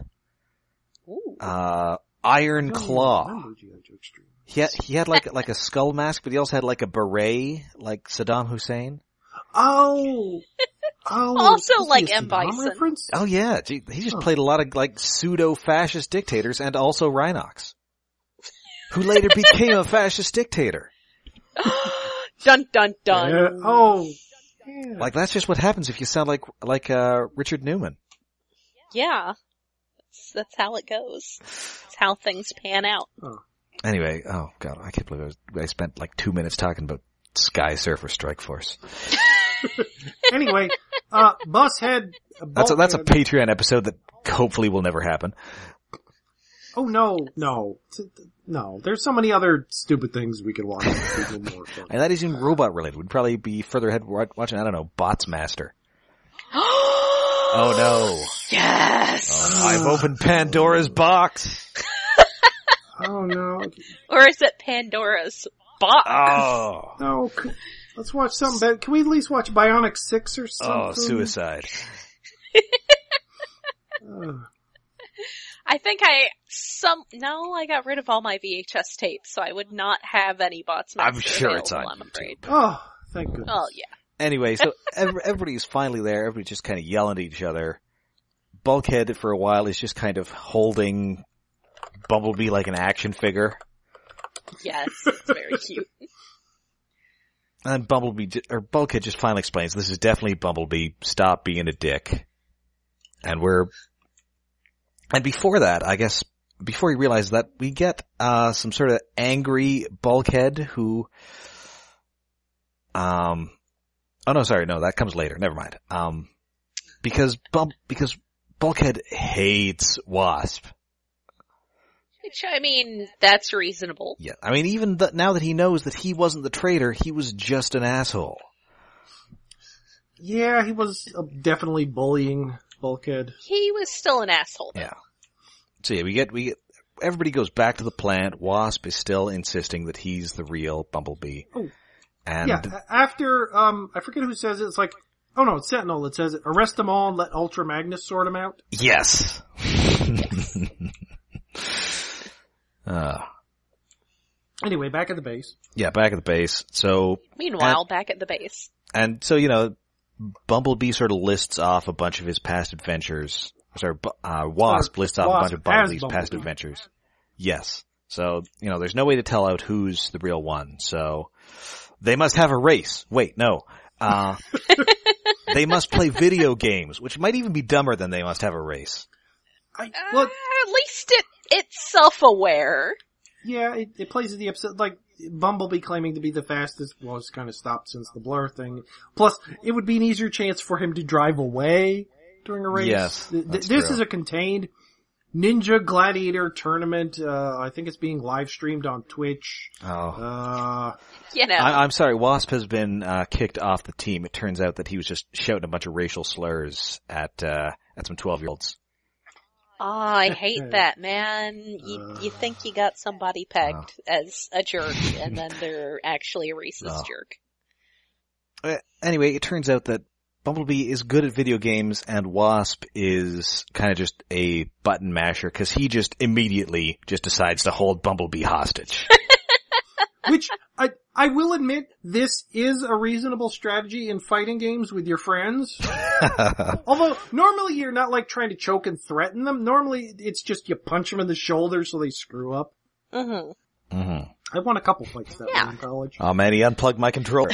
Speaker 2: Ooh.
Speaker 1: Uh,
Speaker 3: I
Speaker 1: Iron
Speaker 3: don't even
Speaker 1: Claw.
Speaker 3: remember G.I. Joe Extreme.
Speaker 1: He had, he had like, like a skull mask, but he also had like a beret, like Saddam Hussein.
Speaker 3: Oh, oh.
Speaker 2: Also
Speaker 3: is this
Speaker 2: like
Speaker 3: a
Speaker 2: M.
Speaker 3: Saddam
Speaker 2: Bison.
Speaker 3: reference?
Speaker 1: Oh yeah, gee, he just
Speaker 3: Huh.
Speaker 1: played a lot of like pseudo-fascist dictators and also Rhinox. Who later became a fascist dictator.
Speaker 2: dun dun dun.
Speaker 3: Yeah. Oh, yeah.
Speaker 1: Like that's just what happens if you sound like, like, uh, Richard Newman.
Speaker 2: Yeah. That's, that's how it goes. It's how things pan out.
Speaker 1: Anyway, oh god, I can't believe I, was, I spent like two minutes talking about Sky Surfer Strike Force.
Speaker 3: anyway, uh, bus head.
Speaker 1: That's a, that's a
Speaker 3: Bulkhead-
Speaker 1: Patreon episode that hopefully will never happen.
Speaker 3: Oh no, no, T- t- no. There's so many other stupid things we could watch. that people more fun.
Speaker 1: And that is even robot related. We'd probably be further ahead wa- watching, I don't know, Bots Master. Oh no.
Speaker 2: Yes.
Speaker 1: Oh, I've opened Pandora's box.
Speaker 3: Oh no,
Speaker 2: Or is it Pandora's box?
Speaker 1: Oh.
Speaker 3: no. c- Let's watch something. Better. Can we at least watch Bionic Six or something?
Speaker 1: Oh, suicide.
Speaker 3: Ugh.
Speaker 2: I think I some no, I got rid of all my VHS tapes, so I would not have any bots.
Speaker 1: I'm sure it's on
Speaker 2: I'm afraid.
Speaker 1: YouTube.
Speaker 3: oh, thank goodness.
Speaker 2: Oh yeah.
Speaker 1: Anyway, so ev- everybody's finally there. Everybody's just kind of yelling at each other. Bulkhead for a while is just kind of holding Bumblebee like an action figure.
Speaker 2: Yes. It's very cute.
Speaker 1: And Bumblebee, j- or Bulkhead just finally explains, this is definitely Bumblebee, stop being a dick. And we're, and before that, I guess, before he realizes that, we get, uh, some sort of angry Bulkhead who, um, oh no, sorry, no, that comes later, never mind. Um, because Bump, because Bulkhead hates Wasp.
Speaker 2: Which I mean, that's reasonable.
Speaker 1: Yeah, I mean, even th- now that he knows that he wasn't the traitor, he was just an asshole.
Speaker 3: Yeah, he was uh, definitely bullying Bulkhead.
Speaker 2: He was still an asshole. though.
Speaker 1: Yeah. So yeah, we get we get everybody goes back to the plant. Wasp is still insisting that he's the real Bumblebee.
Speaker 3: Oh.
Speaker 1: And
Speaker 3: yeah, a- after um, I forget who says it. It's like, oh no, it's Sentinel. It says, arrest them all and let Ultra Magnus sort them out.
Speaker 1: yes. uh,
Speaker 3: Anyway, back at the base.
Speaker 1: yeah, back at the base. So
Speaker 2: Meanwhile, back at the base.
Speaker 1: and so you know, Bumblebee sort of lists off a bunch of his past adventures. Sorry, Bu- uh, Wasp
Speaker 3: Or
Speaker 1: lists off
Speaker 3: Wasp
Speaker 1: a bunch of
Speaker 3: as
Speaker 1: Bumblebee's past
Speaker 3: Bumblebee.
Speaker 1: adventures. Yes. So, you know, there's no way to tell out who's the real one. So they must have a race. Wait, no. Uh, they must play video games, which might even be dumber than they must have a race.
Speaker 3: I,
Speaker 1: Ah.
Speaker 2: Uh,
Speaker 3: well,
Speaker 2: at least it it's self-aware.
Speaker 3: yeah, it, it plays the episode like Bumblebee claiming to be the fastest. Well, it's kind of stopped since the blur thing. Plus, it would be an easier chance for him to drive away during a race.
Speaker 1: Yes,
Speaker 3: Th- th-
Speaker 1: that's
Speaker 3: this
Speaker 1: true.
Speaker 3: is a contained Ninja Gladiator tournament. Uh, I think it's being live streamed on Twitch.
Speaker 1: Oh.
Speaker 3: Uh,
Speaker 2: You know.
Speaker 1: I, I'm sorry, Wasp has been uh, kicked off the team. It turns out that he was just shouting a bunch of racial slurs at uh, at some 12 year olds.
Speaker 2: Ah, I hate that, man. You,
Speaker 3: Uh,
Speaker 2: you think you got somebody pegged as a jerk and then they're actually a racist
Speaker 1: Oh.
Speaker 2: jerk.
Speaker 1: Uh, anyway, it turns out that Bumblebee is good at video games and Wasp is kind of just a button masher because he just immediately just decides to hold Bumblebee hostage.
Speaker 3: which I I will admit this is a reasonable strategy in fighting games with your friends.
Speaker 1: Mm-hmm.
Speaker 3: Although normally you're not like trying to choke and threaten them. Normally it's just you punch them in the shoulder so they screw up.
Speaker 2: Mm-hmm.
Speaker 1: hmm
Speaker 3: I won a couple fights that
Speaker 2: Yeah.
Speaker 3: way in college.
Speaker 1: Oh man, he unplugged my controller.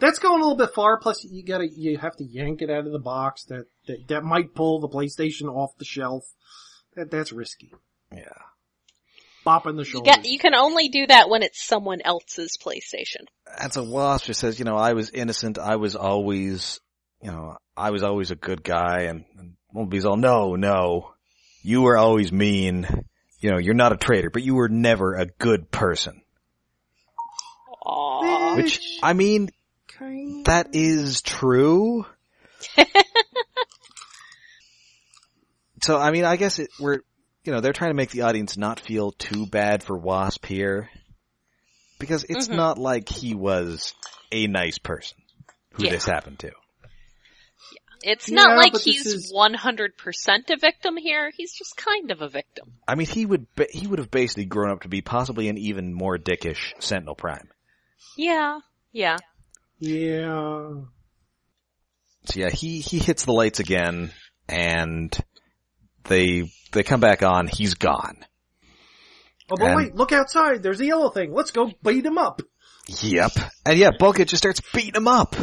Speaker 3: That's going a little bit far. Plus you gotta, you have to yank it out of the box. That, that, that might pull the PlayStation off the shelf. That, that's risky.
Speaker 1: Yeah.
Speaker 3: Bopping the
Speaker 2: You,
Speaker 3: shoulder.
Speaker 2: get, you can only do that when it's someone else's PlayStation.
Speaker 1: That's a wasp who says, you know, I was innocent. I was always, you know, I was always a good guy. And, and Bumblebee's all, no, no, you were always mean. You know, you're not a traitor, but you were never a good person.
Speaker 2: Aww.
Speaker 1: Which, I mean,
Speaker 3: Kind-
Speaker 1: that is true. so, I mean, I guess it, we're, you know, they're trying to make the audience not feel too bad for Wasp here. Because it's
Speaker 2: Mhm.
Speaker 1: not like he was a nice person who
Speaker 2: Yeah.
Speaker 1: this happened to.
Speaker 2: It's
Speaker 3: Yeah,
Speaker 2: not like
Speaker 3: but this
Speaker 2: he's
Speaker 3: is-
Speaker 2: 100% a victim here. He's just kind of a victim.
Speaker 1: I mean, he would ba- he would have basically grown up to be possibly an even more dickish Sentinel Prime.
Speaker 2: Yeah. Yeah.
Speaker 3: yeah. Oh,
Speaker 1: So yeah, he he hits the lights again, and they they come back on. He's gone.
Speaker 3: Oh, but
Speaker 1: And-
Speaker 3: wait, look outside. There's a yellow thing. Let's go beat him up.
Speaker 1: Yep. And yeah, Bulkhead just starts beating him up.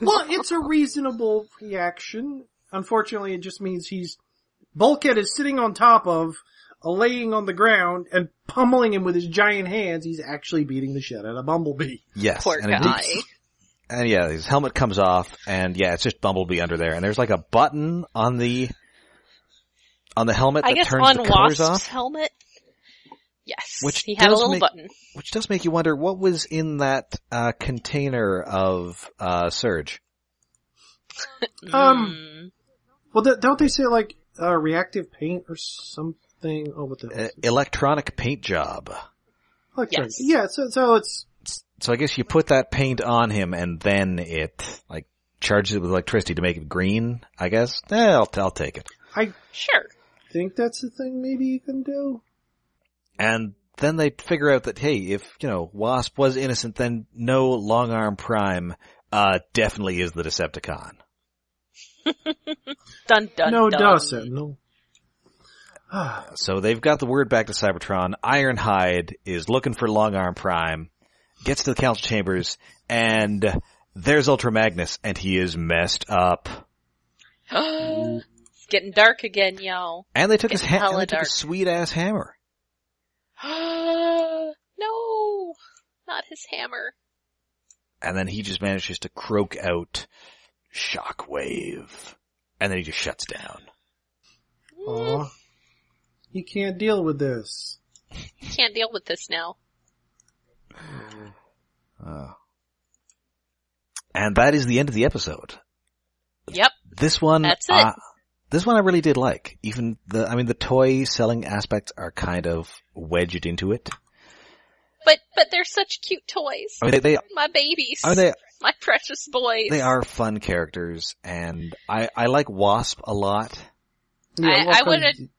Speaker 3: well, it's a reasonable reaction. Unfortunately, it just means he's Bulkhead is sitting on top of, uh, laying on the ground, and pummeling him with his giant hands. He's actually beating the shit out of Bumblebee.
Speaker 1: Yes.
Speaker 2: Poor
Speaker 1: and it
Speaker 2: guy.
Speaker 1: leaks. and yeah, his helmet comes off, and yeah, it's just Bumblebee under there, and there's like a button on the on the helmet
Speaker 2: I
Speaker 1: that
Speaker 2: guess
Speaker 1: turns
Speaker 2: on
Speaker 1: the colors off.
Speaker 2: Wasp's helmet. Yes.
Speaker 1: Which
Speaker 2: he had a
Speaker 1: does
Speaker 2: little
Speaker 1: make-
Speaker 2: button.
Speaker 1: Which does make you wonder what was in that uh, container of uh, Surge.
Speaker 2: Hmm.
Speaker 3: Um, Well, th- don't they say like uh, reactive paint or something? Oh, what the hell?
Speaker 1: Uh, electronic paint job.
Speaker 3: Electronic.
Speaker 2: yes.
Speaker 3: Yeah. So, so it's
Speaker 1: So I guess you put that paint on him and then it like charges it with electricity to make it green. I guess. Eh, I'll, I'll take it.
Speaker 3: I
Speaker 2: Mm, sure.
Speaker 3: think that's the thing. Maybe you can do.
Speaker 1: And then they figure out that hey, if you know Wasp was innocent, then no Long Arm Prime uh definitely is the Decepticon.
Speaker 2: Dun dun
Speaker 3: no,
Speaker 2: dun.
Speaker 3: does Sentinel. Ah,
Speaker 1: So they've got the word back to Cybertron. Ironhide is looking for Long Arm Prime, gets to the council chambers, and there's Ultra Magnus, and he is messed up.
Speaker 2: it's getting dark again, y'all.
Speaker 1: And they took his
Speaker 2: It's
Speaker 1: ha- and
Speaker 2: hella
Speaker 1: they took
Speaker 2: dark.
Speaker 1: his sweet ass hammer.
Speaker 2: no, not his hammer.
Speaker 1: And then he just manages to croak out Shockwave. And then he just shuts down.
Speaker 2: Mm,
Speaker 3: aw. He can't deal with this.
Speaker 2: can't deal with this now.
Speaker 1: Uh, and that is the end of the episode.
Speaker 2: Yep.
Speaker 1: This one,
Speaker 2: That's it.
Speaker 1: uh, this one I really did like. Even the, I mean, the toy selling aspects are kind of wedged into it.
Speaker 2: But but they're such cute toys.
Speaker 1: I mean, they, they,
Speaker 2: My babies.
Speaker 1: I mean, they,
Speaker 2: my precious boys.
Speaker 1: they are fun characters, and I, I like Wasp a lot.
Speaker 3: Yeah,
Speaker 2: I-
Speaker 3: well,
Speaker 2: I
Speaker 3: kinda-
Speaker 2: would've-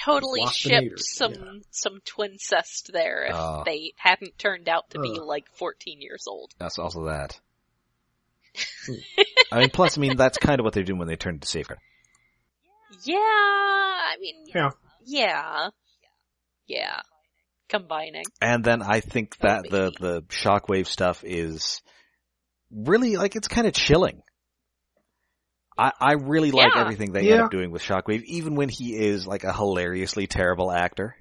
Speaker 2: Totally
Speaker 3: Waspinator,
Speaker 2: shipped some
Speaker 3: yeah.
Speaker 2: some twin cest there if
Speaker 1: Oh.
Speaker 2: they hadn't turned out to be
Speaker 3: Ugh.
Speaker 2: like 14 years old.
Speaker 1: That's also that. I mean, plus, I mean, that's kind of what they're doing when they turn to Safeguard.
Speaker 2: Yeah, I mean,
Speaker 3: Yeah.
Speaker 2: yeah, yeah, combining.
Speaker 1: And then I think that the, the shockwave stuff is really, like, it's kind of chilling. I, I really like
Speaker 2: Yeah.
Speaker 1: everything they end
Speaker 3: Yeah.
Speaker 1: up doing with Shockwave, even when he is like a hilariously terrible actor.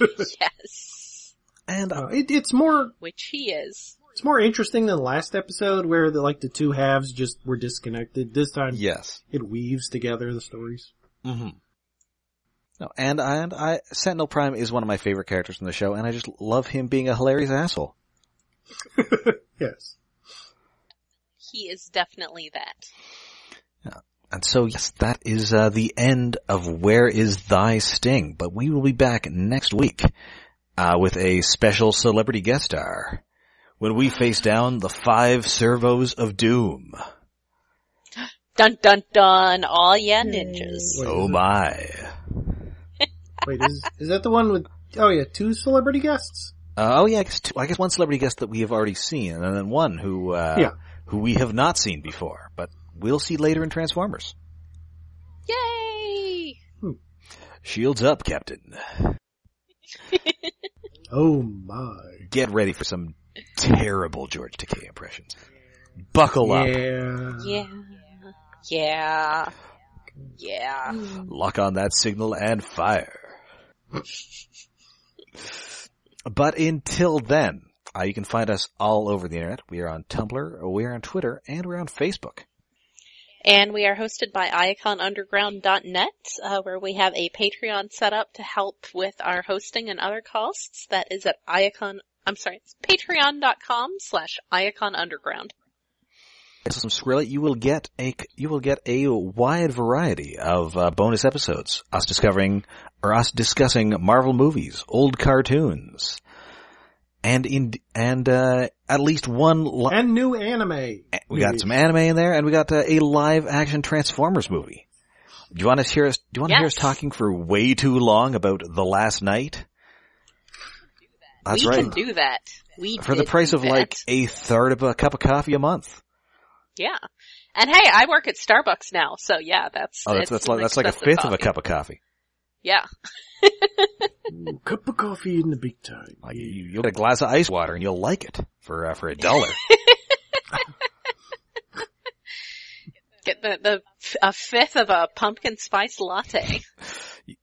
Speaker 2: yes,
Speaker 1: And
Speaker 3: Uh,
Speaker 1: uh,
Speaker 3: it, it's more
Speaker 2: which he is.
Speaker 3: it's more interesting than last episode where the, like the two halves just were disconnected. This time
Speaker 1: yes,
Speaker 3: it weaves together the stories.
Speaker 1: mm-hmm. no, and and I Sentinel Prime is one of my favorite characters in the show, and I just love him being a hilarious asshole.
Speaker 3: Yes.
Speaker 2: He is definitely that.
Speaker 1: And so, yes, that is uh, the end of Where is Thy Sting? But we will be back next week uh, with a special celebrity guest star when we face down the five servos of doom.
Speaker 2: Dun dun dun! All yeah, ninjas.
Speaker 3: Wait,
Speaker 1: Oh
Speaker 3: is it-
Speaker 1: my.
Speaker 3: Wait, is, is that the one with Oh yeah, two celebrity guests.
Speaker 1: Uh, oh yeah, I guess two, I guess one celebrity guest that we have already seen, and then one who uh,
Speaker 3: Yeah.
Speaker 1: who we have not seen before, but we'll see later in Transformers.
Speaker 2: Yay!
Speaker 1: Shields up, Captain.
Speaker 3: Oh my.
Speaker 1: Get ready for some terrible George Takei impressions. Buckle up,
Speaker 3: Yeah.
Speaker 2: Yeah. Yeah. Yeah.
Speaker 1: lock on that signal, and fire. but until then, uh, you can find us all over the internet. We are on Tumblr, we are on Twitter, and we're on Facebook.
Speaker 2: And we are hosted by iconunderground.net, uh, where we have a Patreon set up to help with our hosting and other costs. That is at icon, I'm sorry, it's patreon.com slash iconunderground.
Speaker 1: It's some Skrilla, you will get a you will get a wide variety of uh, bonus episodes. Us discovering or us discussing Marvel movies, old cartoons, and in and uh, at least one. Li-
Speaker 3: And new anime.
Speaker 1: we got some anime in there, and we got uh, a live action Transformers movie. Do you want to hear us? Do you want to hear us
Speaker 2: Yes.
Speaker 1: talking for way too long about the last night? That's
Speaker 2: we
Speaker 1: right.
Speaker 2: can do that. We
Speaker 1: for the
Speaker 2: did
Speaker 1: price
Speaker 2: do
Speaker 1: of like
Speaker 2: that.
Speaker 1: a third of a cup of coffee a month.
Speaker 2: yeah. And hey, I work at Starbucks now, so yeah, that's
Speaker 1: Oh, that's
Speaker 2: it's
Speaker 1: that's
Speaker 2: an
Speaker 1: like, that's like a
Speaker 2: expensive
Speaker 1: fifth of a
Speaker 2: coffee.
Speaker 1: cup of coffee.
Speaker 2: Yeah,
Speaker 3: Ooh, cup of coffee in the big time.
Speaker 1: Like you, you'll get a glass of ice water and you'll like it for uh, for a dollar.
Speaker 2: get the the f- a fifth of a pumpkin spice latte.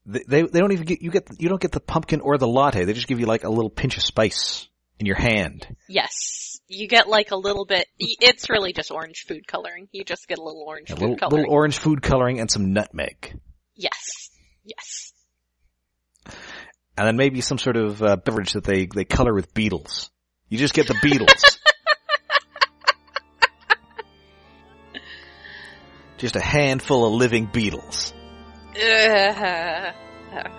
Speaker 1: they, they they don't even get you get you don't get the pumpkin or the latte. They just give you like a little pinch of spice in your hand.
Speaker 2: Yes, you get like a little bit. It's really just orange food coloring. You just get a little orange
Speaker 1: A
Speaker 2: food
Speaker 1: little
Speaker 2: coloring.
Speaker 1: little orange food coloring and some nutmeg,
Speaker 2: yes, yes.
Speaker 1: and then maybe some sort of uh, beverage that they they color with beetles. You just get the beetles. Just a handful of living beetles.
Speaker 2: Ugh. Uh,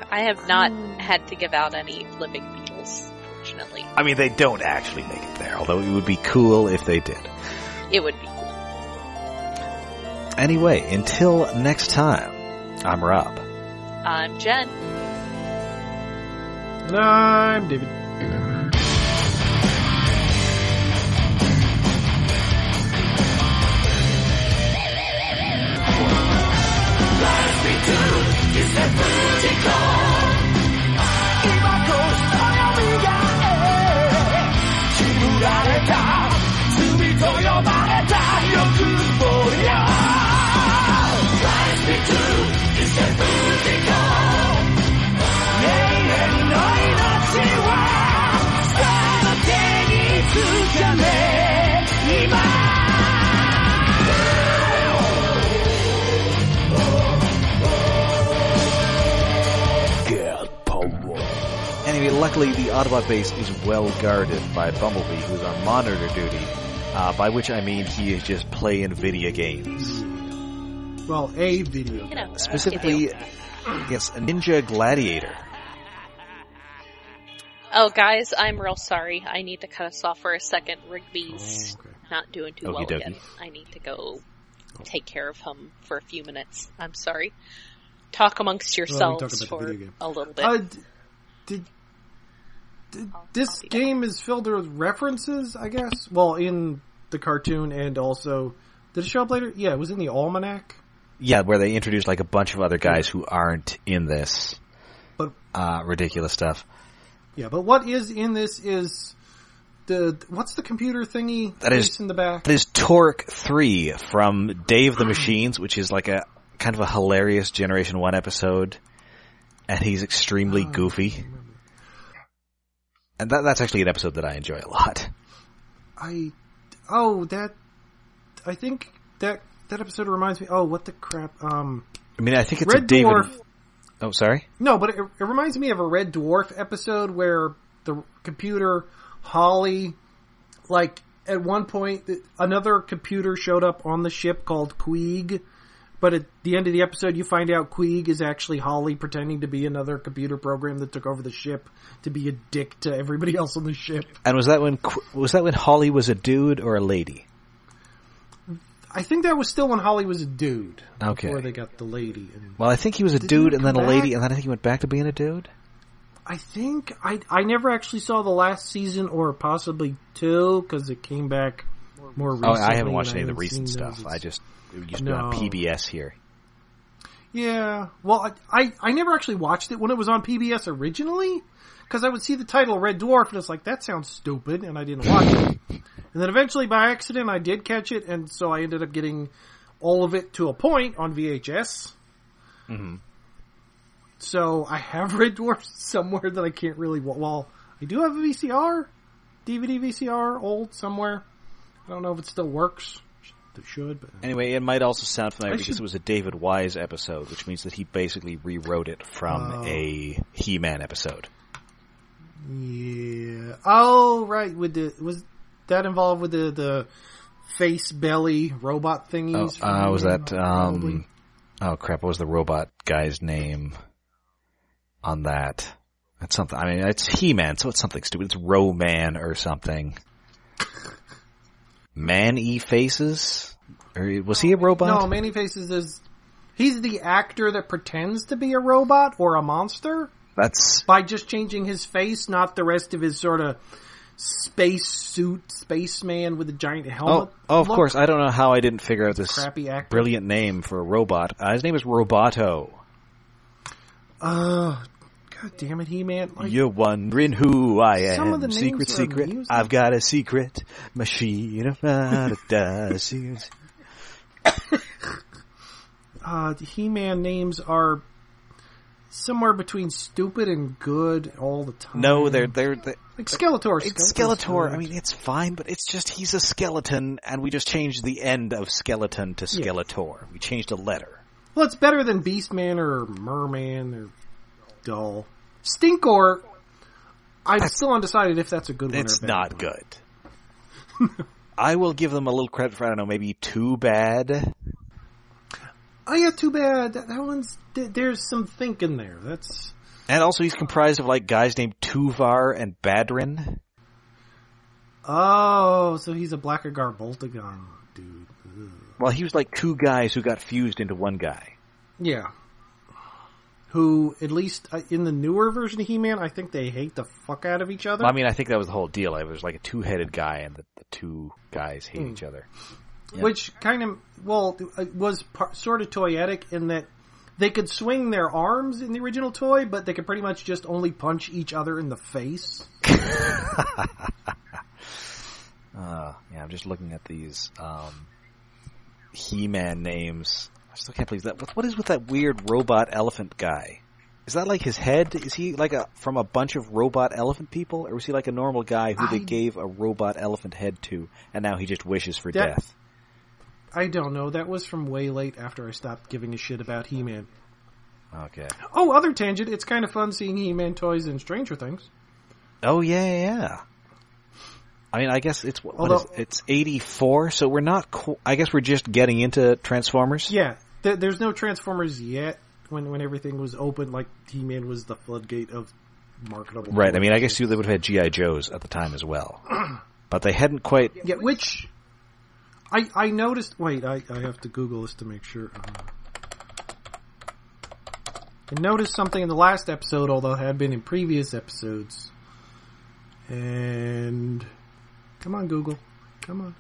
Speaker 2: I have not had to give out any living beetles. Fortunately,
Speaker 1: I mean, they don't actually make it there, although it would be cool if they did.
Speaker 2: it would be cool.
Speaker 1: Anyway, until next time, I'm Rob.
Speaker 2: I'm Um, Jen.
Speaker 3: And I'm David.
Speaker 1: Anyway, luckily the Autobot base is well guarded by Bumblebee, who's on monitor duty, uh, by which I mean he is just playing video games.
Speaker 3: Well, a video.
Speaker 2: You know,
Speaker 1: Specifically, yes, Ninja Gladiator.
Speaker 2: Oh, guys, I'm real sorry. I need to cut us off for a second.
Speaker 3: Oh,
Speaker 2: Rigby's not doing too well
Speaker 1: Hmm. Okey-dokey.
Speaker 2: again. I need to go take care of him for a few minutes. I'm sorry. Talk amongst
Speaker 3: we talk
Speaker 2: yourselves
Speaker 3: about the
Speaker 2: for
Speaker 3: video game.
Speaker 2: a little bit.
Speaker 3: Uh, d- did, did this
Speaker 2: copy that.
Speaker 3: game is filled with references, I guess. Well, in the cartoon and also did it show up later? Yeah, it was in the almanac.
Speaker 1: Yeah, where they introduced like a bunch of other guys who aren't in this.
Speaker 3: But-
Speaker 1: Uh, ridiculous stuff.
Speaker 3: Yeah, but what is in this is the what's the computer thingy
Speaker 1: That is-
Speaker 3: that's in the back?
Speaker 1: That is Torque 3 from Dave the Machines, which is like a kind of a hilarious Generation 1 episode. And he's extremely
Speaker 3: Oh.
Speaker 1: goofy. And that, that's actually an episode that I enjoy a lot.
Speaker 3: I oh that I think that that episode reminds me. Oh, what the crap? Um,
Speaker 1: I mean, I think it's a
Speaker 3: Red
Speaker 1: David.
Speaker 3: Dwarf.
Speaker 1: Oh, sorry.
Speaker 3: No, but it, it reminds me of a Red Dwarf episode where the computer Holly, like at one point, th- another computer showed up on the ship called Queeg. But at the end of the episode, you find out Queeg is actually Holly pretending to be another computer program that took over the ship to be a dick to everybody else on the ship.
Speaker 1: And was that when Qu- was that when Holly was a dude or a lady?
Speaker 3: I think that was still when Holly was a dude.
Speaker 1: Okay.
Speaker 3: Before they got the lady. And
Speaker 1: Well, I think he was a
Speaker 3: he
Speaker 1: dude and
Speaker 3: come
Speaker 1: then a lady,
Speaker 3: back?
Speaker 1: and then I think he went back to being a dude.
Speaker 3: I think I I never actually saw the last season or possibly two because it came back more
Speaker 1: Oh,
Speaker 3: recently.
Speaker 1: I haven't
Speaker 3: and
Speaker 1: watched any of the
Speaker 3: haven't
Speaker 1: recent
Speaker 3: seen those.
Speaker 1: stuff. I just it used to
Speaker 3: No.
Speaker 1: be on PBS here.
Speaker 3: Yeah. Well, I, I, I never actually watched it when it was on PBS originally, because I would see the title Red Dwarf and it's like, that sounds stupid, and I didn't watch it. And then eventually by accident I did catch it, and so I ended up getting all of it to a point on VHS.
Speaker 1: Mhm.
Speaker 3: So I have Red Dwarf somewhere that I can't really, wa- well, I do have a VCR, DVD VCR, old somewhere. I don't know if it still works. It should, but
Speaker 1: Anyway, it might also sound familiar
Speaker 3: I
Speaker 1: because
Speaker 3: should-
Speaker 1: it was a David Wise episode, which means that he basically rewrote it from
Speaker 3: Oh.
Speaker 1: a He-Man episode.
Speaker 3: Yeah. Oh, right. With the was that involved with the the face belly robot
Speaker 1: Oh,
Speaker 3: thingies?
Speaker 1: uh,
Speaker 3: from-
Speaker 1: was that um?
Speaker 3: probably.
Speaker 1: Oh crap! What was the robot guy's name on that? That's something. I mean, it's He-Man, so it's something stupid. It's Roman or something. Man-E faces, or was he a robot?
Speaker 3: No, Manny Faces is he's the actor that pretends to be a robot or a monster
Speaker 1: That's
Speaker 3: by just changing his face, not the rest of his sort of space suit spaceman with a giant helmet.
Speaker 1: oh, oh, of
Speaker 3: look.
Speaker 1: course. I don't know how I didn't figure out this
Speaker 3: Crappy actor.
Speaker 1: brilliant name for a robot. Uh, his name is Roboto.
Speaker 3: Uh, God damn it, he man. Like,
Speaker 1: You're wondering who I am.
Speaker 3: Some of the names
Speaker 1: secret,
Speaker 3: are
Speaker 1: secret.
Speaker 3: amusing.
Speaker 1: I've got a secret machine. of da, da, secret.
Speaker 3: uh, He-Man names are somewhere between stupid and good all the time.
Speaker 1: No, they're they're. they
Speaker 3: like Skeletor.
Speaker 1: it's
Speaker 3: Skeletor's
Speaker 1: Skeletor.
Speaker 3: good.
Speaker 1: I mean, it's fine, but it's just he's a skeleton, and we just changed the end of skeleton to
Speaker 3: Yeah.
Speaker 1: Skeletor. We changed a letter.
Speaker 3: well, it's better than Beastman or Merman or Dull Stinkor. I'm still undecided if that's a good one.
Speaker 1: It's
Speaker 3: or a bad
Speaker 1: not
Speaker 3: one.
Speaker 1: good. I will give them a little credit for I don't know, maybe too bad.
Speaker 3: Oh yeah, too bad. That, that one's th- there's some thinking there. That's
Speaker 1: And also, he's comprised of like guys named Tuvar and Badrin.
Speaker 3: oh, so he's a Blacker Garboltagon dude. Ugh.
Speaker 1: Well, he was like two guys who got fused into one guy.
Speaker 3: Yeah. Who, at least uh, in the newer version of He-Man, I think they hate the fuck out of each other.
Speaker 1: Well, I mean, I think that was the whole deal. It was like a two-headed guy, and the, the two guys hate
Speaker 3: Hmm.
Speaker 1: each other. Yeah.
Speaker 3: which kind of well it was par- sort of toyetic in that they could swing their arms in the original toy, but they could pretty much just only punch each other in the face.
Speaker 1: Uh, yeah, I'm just looking at these um, He-Man names. I still can't believe that. What, what is with that weird robot elephant guy? Is that like his head? Is he like a from a bunch of robot elephant people, or was he like a normal guy who
Speaker 3: I-
Speaker 1: they gave a robot elephant head to, and now he just wishes for
Speaker 3: That-
Speaker 1: death?
Speaker 3: I don't know. That was from way late after I stopped giving a shit about He-Man.
Speaker 1: Okay.
Speaker 3: Oh, other tangent. It's kind of fun seeing He-Man toys in Stranger Things.
Speaker 1: Oh yeah, yeah, yeah. I mean, I guess it's what, what
Speaker 3: Although-
Speaker 1: is- it's eighty four, so we're not. Qu- I guess we're just getting into Transformers.
Speaker 3: Yeah, th- there's no Transformers yet. When when everything was open, like He-Man was the floodgate of marketable.
Speaker 1: Right. I mean, I
Speaker 3: toys.
Speaker 1: guess you they would have had GI Joes at the time as well, but they hadn't quite.
Speaker 3: Yeah, which I I noticed. Wait, I I have to Google this to make sure. Um, I noticed something in the last episode, although it had been in previous episodes. And come on, Google, come on.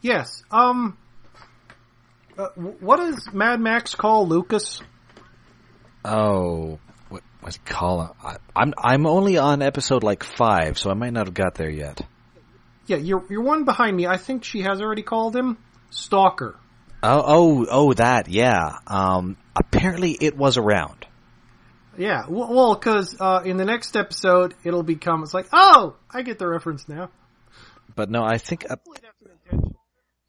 Speaker 3: Yes. Um. Uh, wh- what does Mad Max call Lucas?
Speaker 1: Oh, what was it called? I, I'm I'm only on episode like five, so I might not have got there yet.
Speaker 3: Yeah, you're you're one behind me. I think she has already called him Stalker.
Speaker 1: Oh, oh, oh, that yeah. Um, apparently it was around.
Speaker 3: Yeah, w- well, because uh, in the next episode it'll become it's like, oh, I get the reference now.
Speaker 1: But no, I think uh,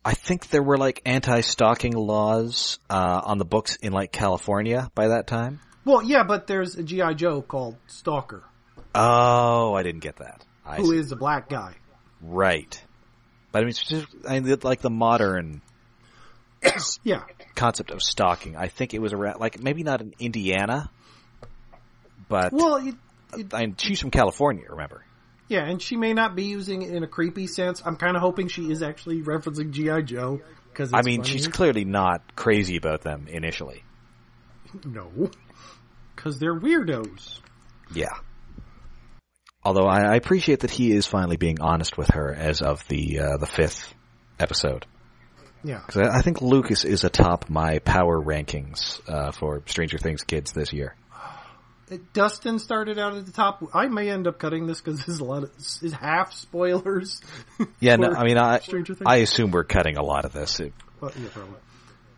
Speaker 1: I think there were like anti-stalking laws uh, on the books in like California by that time.
Speaker 3: Well, yeah, but there's a GI Joe called Stalker
Speaker 1: Oh, I didn't get that. I
Speaker 3: who
Speaker 1: see.
Speaker 3: is a black guy.
Speaker 1: right? But I mean, specific- I mean, like the modern
Speaker 3: Yeah,
Speaker 1: concept of stalking. I think it was around, like maybe not in Indiana, but
Speaker 3: well, it, it,
Speaker 1: I mean, she's from California. Remember?
Speaker 3: yeah, and she may not be using it in a creepy sense. I'm kind of hoping she is actually referencing GI Joe because
Speaker 1: I mean, she's clearly not crazy about them initially.
Speaker 3: no, because they're weirdos.
Speaker 1: Yeah. Although I, I appreciate that he is finally being honest with her as of the uh, the fifth episode.
Speaker 3: Yeah.
Speaker 1: Because I, I think Lucas is atop my power rankings uh, for Stranger Things kids this year.
Speaker 3: It- Uh, Dustin started out at the top. I may end up cutting this because there's a lot of is half spoilers.
Speaker 1: Yeah, no,
Speaker 3: for
Speaker 1: I mean, I
Speaker 3: Stranger Things.
Speaker 1: I assume we're cutting a lot of this. It-
Speaker 3: Well, yeah, probably.